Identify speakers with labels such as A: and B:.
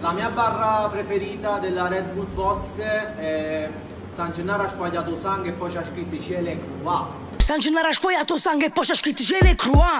A: La mia barra preferita della Red Bull Boss è San Gennaro ha squagliato sangue e poi c'ha scritto Ciele qua.
B: San Gennaro ha squagliato sangue e poi c'è scritto Gele Croix.